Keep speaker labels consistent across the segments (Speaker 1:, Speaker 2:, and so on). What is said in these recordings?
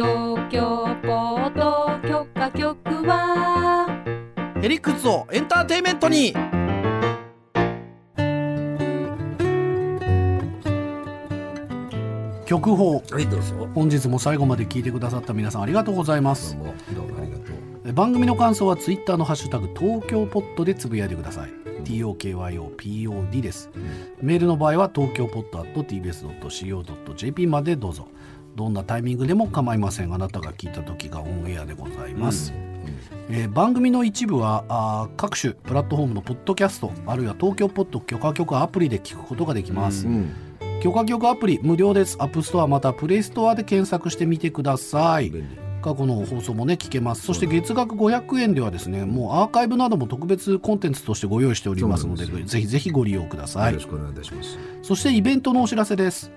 Speaker 1: 東京ポート許可局は
Speaker 2: へりくつをエンターテイメントに
Speaker 3: 曲報
Speaker 4: はいどうぞ
Speaker 3: 本日も最後まで聞いてくださった皆さんありがとうございま
Speaker 4: どう
Speaker 3: す
Speaker 4: もどうもありがとう
Speaker 3: え番組の感想はツイッターのハッシュタグ東京ポッドでつぶやいてください TOKYOPOD ですメールの場合は東京ポッド .tbs.co.jp までどうぞどんなタイミングでも構いませんあなたが聞いた時がオンエアでございます、えー番組の一部はあー各種プラットフォームのポッドキャストあるいは東京ポッド許可局アプリで聞くことができます、
Speaker 4: ん
Speaker 3: 許可局アプリ無料ですアップストアまたプレイストアで検索してみてください
Speaker 4: 便利
Speaker 3: 過去の放送もね聞けますそして月額500円ではですねもうアーカイブなども特別コンテンツとしてご用意しておりますので
Speaker 4: そうなんですよ
Speaker 3: ぜひぜひご利用くださ
Speaker 4: よ
Speaker 3: い
Speaker 4: ろしくお願いいたします
Speaker 3: そしてイベントのお知らせです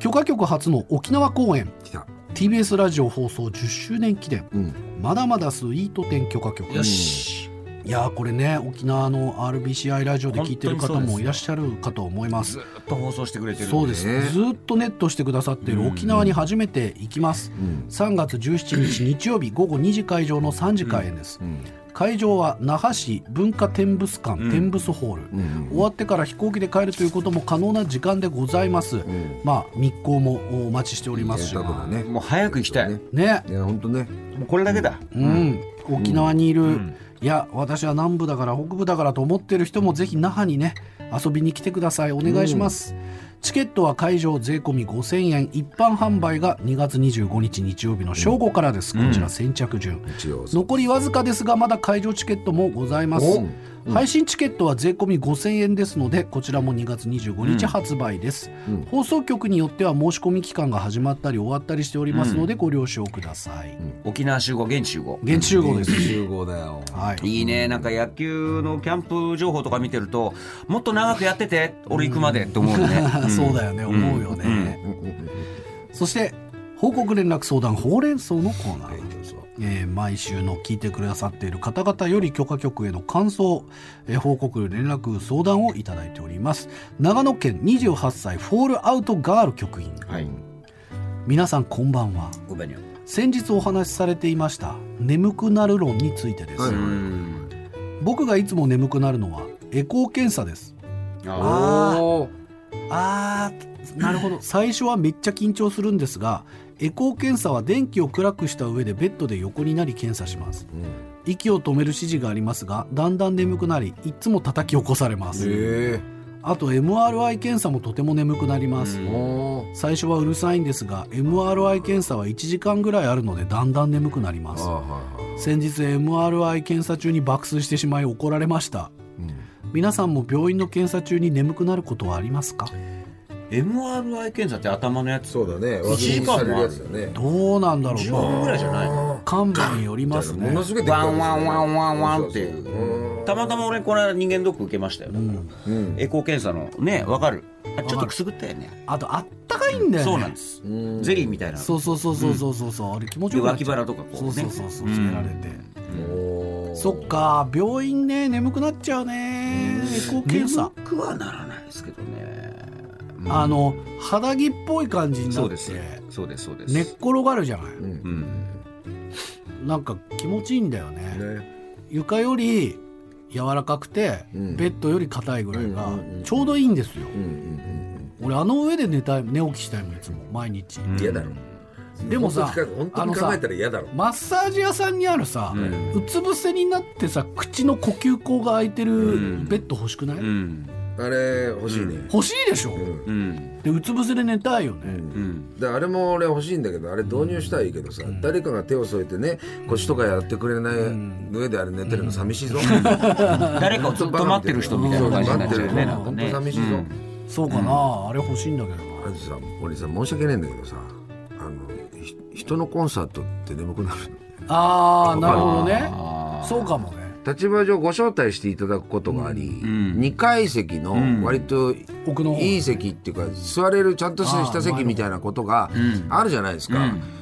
Speaker 3: 許可局初の沖縄公演
Speaker 4: 来た
Speaker 3: TBS ラジオ放送10周年記念
Speaker 4: うん
Speaker 3: まだまだスイート店許可局
Speaker 2: よし
Speaker 3: いやーこれね沖縄の RBCI ラジオで聞いてる方
Speaker 2: 本当にそうです
Speaker 3: も
Speaker 2: よ
Speaker 3: いらっしゃるかと思います
Speaker 2: ずっと放送してくれてるん
Speaker 3: そうです、ずーっとネットしてくださっている沖縄に初めて行きます、
Speaker 4: うん
Speaker 3: 3月17日日曜日午後2時会場の3時開演です、
Speaker 4: うん
Speaker 3: 会場は那覇市文化展物館、展物ホール、
Speaker 4: うん
Speaker 3: 終わってから飛行機で帰るということも可能な時間でございます、
Speaker 4: ん
Speaker 3: まあ密航もお待ちしておりますし
Speaker 4: ダブルね
Speaker 2: もう早く行きたい、
Speaker 4: ね
Speaker 3: ね
Speaker 4: いや本当ね
Speaker 2: もうこれだけだ、
Speaker 3: うん、沖縄にいる、いや私は南部だから北部だからと思ってる人もぜひ那覇にね遊びに来てくださいお願いします、チケットは会場税込み5000円一般販売が2月25日日曜日の正午からです、こちら先着順、
Speaker 4: 一応
Speaker 3: 残りわずかですがまだ会場チケットもございます、配信チケットは税込み5000円ですのでこちらも2月25日発売です、放送局によっては申し込み期間が始まったり終わったりしておりますのでご了承ください、
Speaker 2: 沖縄集合現地集合
Speaker 3: 現地集合です、
Speaker 4: 集合だよ
Speaker 3: はい
Speaker 2: いいねなんか野球のキャンプ情報とか見てるともっと長くやってて俺行くまでって思うよ ね、
Speaker 3: あそうだよね、思うよね、そして報告連絡相談ほうれん草のコーナー、えー毎週の聞いてくださっている方々より許可局への感想、えー報告連絡相談をいただいております長野県28歳フォールアウトガール局員
Speaker 2: はい
Speaker 3: 皆さんこんばんは
Speaker 2: ごめんよ
Speaker 3: 先日お話しされていました眠くなる論についてです、
Speaker 4: はいう
Speaker 2: ーん
Speaker 3: 僕がいつも眠くなるのはエコー検査です
Speaker 2: あ
Speaker 3: あー
Speaker 4: おー
Speaker 3: あーなるほど最初はめっちゃ緊張するんですがエコー検査は電気を暗くした上でベッドで横になり検査します息を止める指示がありますがだんだん眠くなりいつも叩き起こされます
Speaker 4: え
Speaker 3: あと MRI 検査もとても眠くなります
Speaker 4: えおー
Speaker 3: 最初はうるさいんですが MRI 検査は1時間ぐらいあるのでだんだん眠くなりま
Speaker 4: あ
Speaker 3: す
Speaker 4: ーはいはい
Speaker 3: 先日 MRI 検査中に爆睡してしまい怒られました皆さんも病院の検査中に眠くなることはありますか
Speaker 2: MRI 検査って頭のやつ
Speaker 4: そうだね
Speaker 2: 一時間もある
Speaker 4: 輪切りにされるやつだね
Speaker 3: どうなんだろ
Speaker 2: 10
Speaker 3: う
Speaker 2: 分ぐ
Speaker 3: な
Speaker 2: らいじゃないの
Speaker 3: 看病によりますね
Speaker 4: ものすごいでっ
Speaker 2: ワ
Speaker 4: かい
Speaker 2: ンワンワンワンワンってい
Speaker 4: そうそうそう
Speaker 2: うたまたま俺この間人間ドック受けましたよだから、
Speaker 4: うん
Speaker 2: エコー検査のねわかるあちょっとくすぐったよね
Speaker 3: あとあったかいんだよね
Speaker 2: そうなんです
Speaker 4: うん
Speaker 2: ゼリーみたいな
Speaker 3: そうそうそうそうそうそうそうあれ気持ちよくなっちゃう
Speaker 2: で脇腹とかこうね
Speaker 3: そうそうそうそう
Speaker 2: うん
Speaker 3: つけられて、
Speaker 4: おー
Speaker 3: そっか病院ね眠くなっちゃうねエコー検査
Speaker 2: 眠くはならないですけどね
Speaker 3: あの肌着っぽい感じにな
Speaker 2: そう
Speaker 3: っ
Speaker 2: です
Speaker 3: て
Speaker 2: そうですそうです
Speaker 3: 寝っ転がるじゃない、
Speaker 2: うん
Speaker 3: なんか気持ちいいんだよね
Speaker 4: ね
Speaker 3: 床より柔らかくて、
Speaker 4: うん
Speaker 3: ベッドより硬いぐらいが
Speaker 4: うんうんうん
Speaker 3: ちょうどいいんですよ、
Speaker 4: うんうん
Speaker 3: 俺あの上で寝たい寝起きしたいもんいつも毎日、
Speaker 4: うん嫌だろ
Speaker 3: でもさ
Speaker 4: 本当に考えたら嫌だろ
Speaker 3: マッサージ屋さんにあるさ、う
Speaker 2: うん
Speaker 3: つ伏せになってさ口の呼吸口が開いてる
Speaker 2: ん
Speaker 3: ベッド欲しくない、
Speaker 2: うん
Speaker 4: あれ欲しいね
Speaker 3: 欲しいでしょ、
Speaker 4: うん
Speaker 2: うん
Speaker 3: でうつ伏せで寝たいよ
Speaker 4: う
Speaker 3: ね、
Speaker 4: ん
Speaker 2: うん
Speaker 4: であれも俺欲しいんだけどあれ導入したらいいけどさ、誰かが手を添えてね腰とかやってくれない上であれ寝てるの寂しい ぞ、
Speaker 2: 誰かをずっと待ってる人みたいな感じになっちゃうよねなんか
Speaker 4: 本当
Speaker 2: ね
Speaker 4: 寂しいぞ、
Speaker 3: そうかな、あれ欲しいんだけど
Speaker 4: あれさ俺さ申し訳ないんだけどさあのひ人のコンサートって眠くなる
Speaker 3: ああなるほどね
Speaker 2: あー
Speaker 3: そうかもね
Speaker 4: 立場上ご招待していただくことがあり、
Speaker 2: ん
Speaker 4: 2階席の割と
Speaker 3: 奥の方
Speaker 4: いい席っていうか座れるちゃんとした下席みたいなことがあるじゃないですか、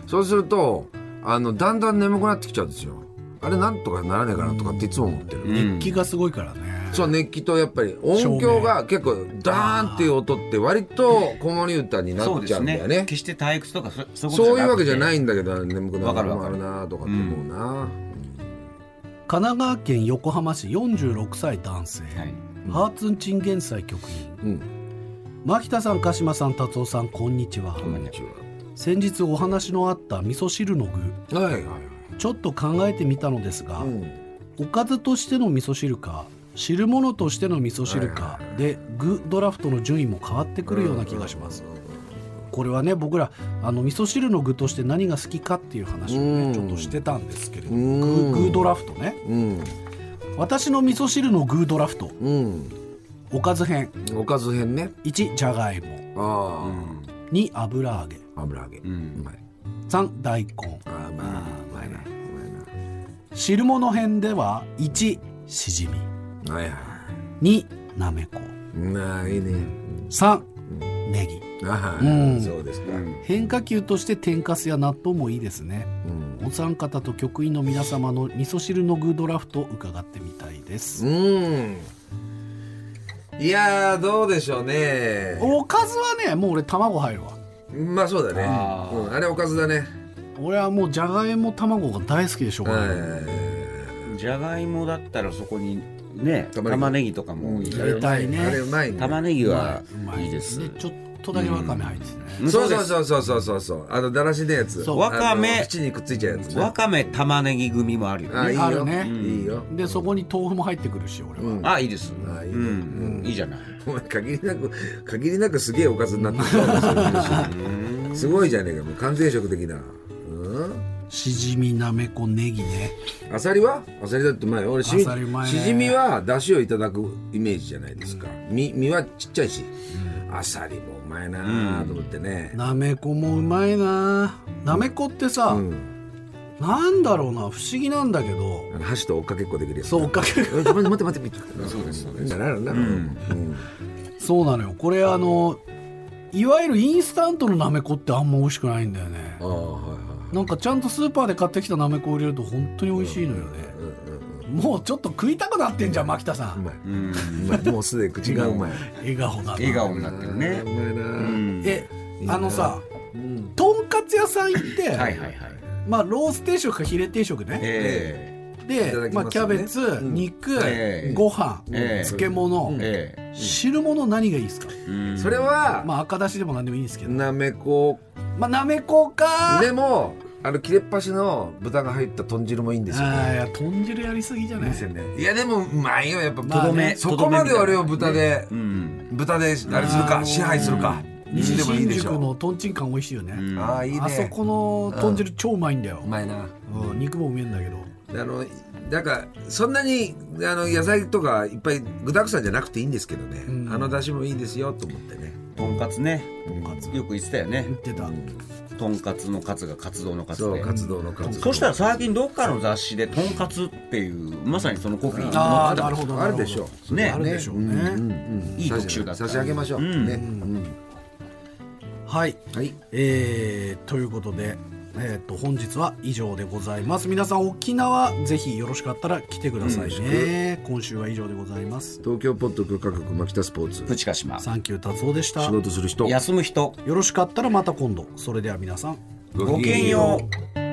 Speaker 4: そうするとあのだんだん眠くなってきちゃうんですよあれなんとかならねえかなとかっていつも思ってる、
Speaker 3: 熱気がすごいからね、
Speaker 4: そう熱気とやっぱり音響が結構ダーンっていう音って割と子守歌にな
Speaker 2: そう
Speaker 4: っ
Speaker 2: で
Speaker 4: ちゃ
Speaker 2: す
Speaker 4: うんだ
Speaker 2: ね
Speaker 4: よね
Speaker 2: 決して退屈とかそそう
Speaker 4: そういうわけじゃ
Speaker 2: い
Speaker 4: ないんだけど眠くな
Speaker 2: わか
Speaker 4: る
Speaker 2: る
Speaker 4: の
Speaker 2: わ
Speaker 4: も
Speaker 2: か
Speaker 4: あ
Speaker 2: る
Speaker 4: るなとかって思うな
Speaker 3: 神奈川県横浜市46歳男性、
Speaker 2: ことじゃなくてはい
Speaker 3: ハーツンチンゲンサイ局員
Speaker 4: うん、
Speaker 3: 牧田さん鹿島さん達夫さんこんにちは
Speaker 4: こんにち
Speaker 3: 先日お話のあった味噌汁の具
Speaker 4: ははいはいは
Speaker 3: ちょっと考えてみたのですが、
Speaker 4: い、うん
Speaker 3: おかずとしての味噌汁か汁物としての味噌汁かで具ドラフトの順位も変わってくるような気がします、これはね僕らあの味噌汁の具として何が好きかっていう話をね、
Speaker 4: うん
Speaker 3: ちょっとしてたんですけれど、
Speaker 4: うん
Speaker 3: 具具ドラフトね
Speaker 4: うん
Speaker 3: 私の味噌汁の具ドラフト
Speaker 4: うん
Speaker 3: おかず編
Speaker 4: おかず編ね
Speaker 3: 1じゃがいも
Speaker 4: あ
Speaker 3: 2油揚げ
Speaker 4: あ、油揚げ、う
Speaker 2: うん
Speaker 4: まい
Speaker 3: 3大根
Speaker 4: あーまあうまいなう
Speaker 3: 汁物編では1しじみ
Speaker 4: まいなはいは
Speaker 3: 2なめこ
Speaker 4: いまあいいね
Speaker 3: 3ネギ
Speaker 4: ああ、
Speaker 3: うん
Speaker 4: そうですか、うん
Speaker 3: 変化球として天かすや納豆もいいですねお三方と局員の皆様の味噌汁の具ドラフト伺ってみたいです
Speaker 4: うんいやーどうでしょうね
Speaker 3: おかずはねもう俺卵入るわ
Speaker 4: まあそうだね
Speaker 2: あー
Speaker 4: うん、あれおかずだね
Speaker 3: 俺はもうじゃがいも卵が大好きでしょうがない
Speaker 2: じゃがいもだったらそこにね
Speaker 4: 玉ねぎ
Speaker 2: 玉ねぎとかもいいじゃ
Speaker 3: 入れたいね
Speaker 4: あれうまいね
Speaker 2: 玉ねぎは
Speaker 3: うま
Speaker 2: いいです
Speaker 3: ちょっとだけわかめ入っててね、
Speaker 2: うん
Speaker 4: そう
Speaker 2: で
Speaker 4: そうそうそうそうそうそうあのだらしのやつ
Speaker 3: そう
Speaker 2: わかめ
Speaker 4: あの口にくっついちゃうやつ
Speaker 2: す
Speaker 4: ね
Speaker 2: わかめ玉ねぎ組もあるよ
Speaker 4: あい
Speaker 2: ね
Speaker 4: い
Speaker 3: あ
Speaker 4: よ
Speaker 3: るね
Speaker 4: いいよ
Speaker 3: でそこに豆腐も入ってくるし俺は、
Speaker 2: あいいですう
Speaker 4: あいいね
Speaker 2: んいいじゃない
Speaker 4: お前限りなく限りなくすげえおかずになってそうだそれ見るしすごいじゃねえかもう完全食的なうん
Speaker 3: しじみなめこネギね
Speaker 4: あさりはあさりだってうまいよ俺し
Speaker 3: あさりうまいね
Speaker 4: しじみはだしをいただくイメージじゃないですか身身はちっちゃいしあさりもうまいなーと思ってね
Speaker 3: なめこもうまいななめこってさ、
Speaker 4: うん
Speaker 3: なんだろうな不思議なんだけど
Speaker 4: あの箸と追っかけっこできるやつ
Speaker 3: そう追っかけ
Speaker 4: うん待って待って待ってそうですそうですなるなるうん
Speaker 3: そうなのよこれあのいわゆるインスタントのなめこってあんま美味しくないんだよね
Speaker 4: ああはいはい
Speaker 3: なんかちゃんとスーパーで買ってきたなめこを入れると本当に美味しいのよね、もうちょっと食いたくなってんじゃん牧田さ
Speaker 4: うんまい、うまいもうすでに口がうまい
Speaker 3: 笑顔だな
Speaker 2: 笑顔になってるね
Speaker 4: うまいな、
Speaker 2: うん
Speaker 3: え
Speaker 4: いいな
Speaker 3: あのさ
Speaker 4: うん
Speaker 3: とんかつ屋さん行って、
Speaker 2: はいはいはい
Speaker 3: まあロース定食かヒレ定食ね
Speaker 2: え
Speaker 3: で
Speaker 4: いただきますよね
Speaker 3: まあ、キャベツ、
Speaker 4: うん
Speaker 3: 肉、
Speaker 2: ええ
Speaker 3: ご飯、
Speaker 2: ええ
Speaker 3: 漬物、
Speaker 2: えええ
Speaker 3: 汁物何がいいですか、
Speaker 2: うん
Speaker 4: それは、
Speaker 3: まあ赤だしでも何でもいいんですけど、
Speaker 4: なめこ
Speaker 3: まあなめこか
Speaker 4: でもあの切れっ端の豚が入った豚汁もいいんですよ
Speaker 3: ああい
Speaker 4: ね
Speaker 3: や豚汁やりすぎじゃない
Speaker 4: ですよねいやでもうまいよやっぱ
Speaker 3: まあね
Speaker 4: とどめそこまで俺を豚で、
Speaker 2: うん
Speaker 4: 豚であれする
Speaker 3: あ
Speaker 4: か
Speaker 3: ー
Speaker 4: 支配するか
Speaker 3: 西
Speaker 4: でもいい
Speaker 3: 新
Speaker 4: でし
Speaker 3: 宿
Speaker 4: ょ
Speaker 3: のとんちんン美味しいよね、
Speaker 2: うん
Speaker 4: ああいいね
Speaker 3: あそこの豚汁超うまいんだよ
Speaker 4: う、まいな
Speaker 3: うん肉もうめえんだけど
Speaker 4: あのなんかそんなにあの野菜とかいっぱい具だくさんじゃなくていいんですけどね、
Speaker 3: うん
Speaker 4: あの出汁もいいですよと思ってね
Speaker 2: とんかつね
Speaker 3: カツ
Speaker 2: よく言ってたよね
Speaker 3: 言ってた
Speaker 2: とんかつのカツが活動のカツ
Speaker 4: そう
Speaker 2: で
Speaker 4: 活動の活動
Speaker 2: そしたら最近どっかの雑誌でとんかつっていうまさにそのコピー
Speaker 3: あ
Speaker 2: 載っ
Speaker 3: あ
Speaker 2: て
Speaker 3: なるほどな
Speaker 4: あ
Speaker 3: る
Speaker 4: る
Speaker 3: ほど
Speaker 4: でしょ
Speaker 2: ね
Speaker 3: あるでしょうね
Speaker 2: いい特集だった
Speaker 4: 差し上げましょう、
Speaker 2: うん
Speaker 4: ね、うん
Speaker 3: はい
Speaker 4: はい
Speaker 3: えーということで、えー、と本日は以上でございます皆さん沖縄ぜひよろしかったら来てくださいね、今週は以上でございます
Speaker 4: 東京ポッド許可局牧田スポーツ
Speaker 2: プチカ島
Speaker 3: サンキュー達夫でした
Speaker 4: 仕
Speaker 3: よ
Speaker 4: 事する人
Speaker 2: 休む人
Speaker 3: ろしかったらまた今度それでは皆さん
Speaker 2: ごきげんよう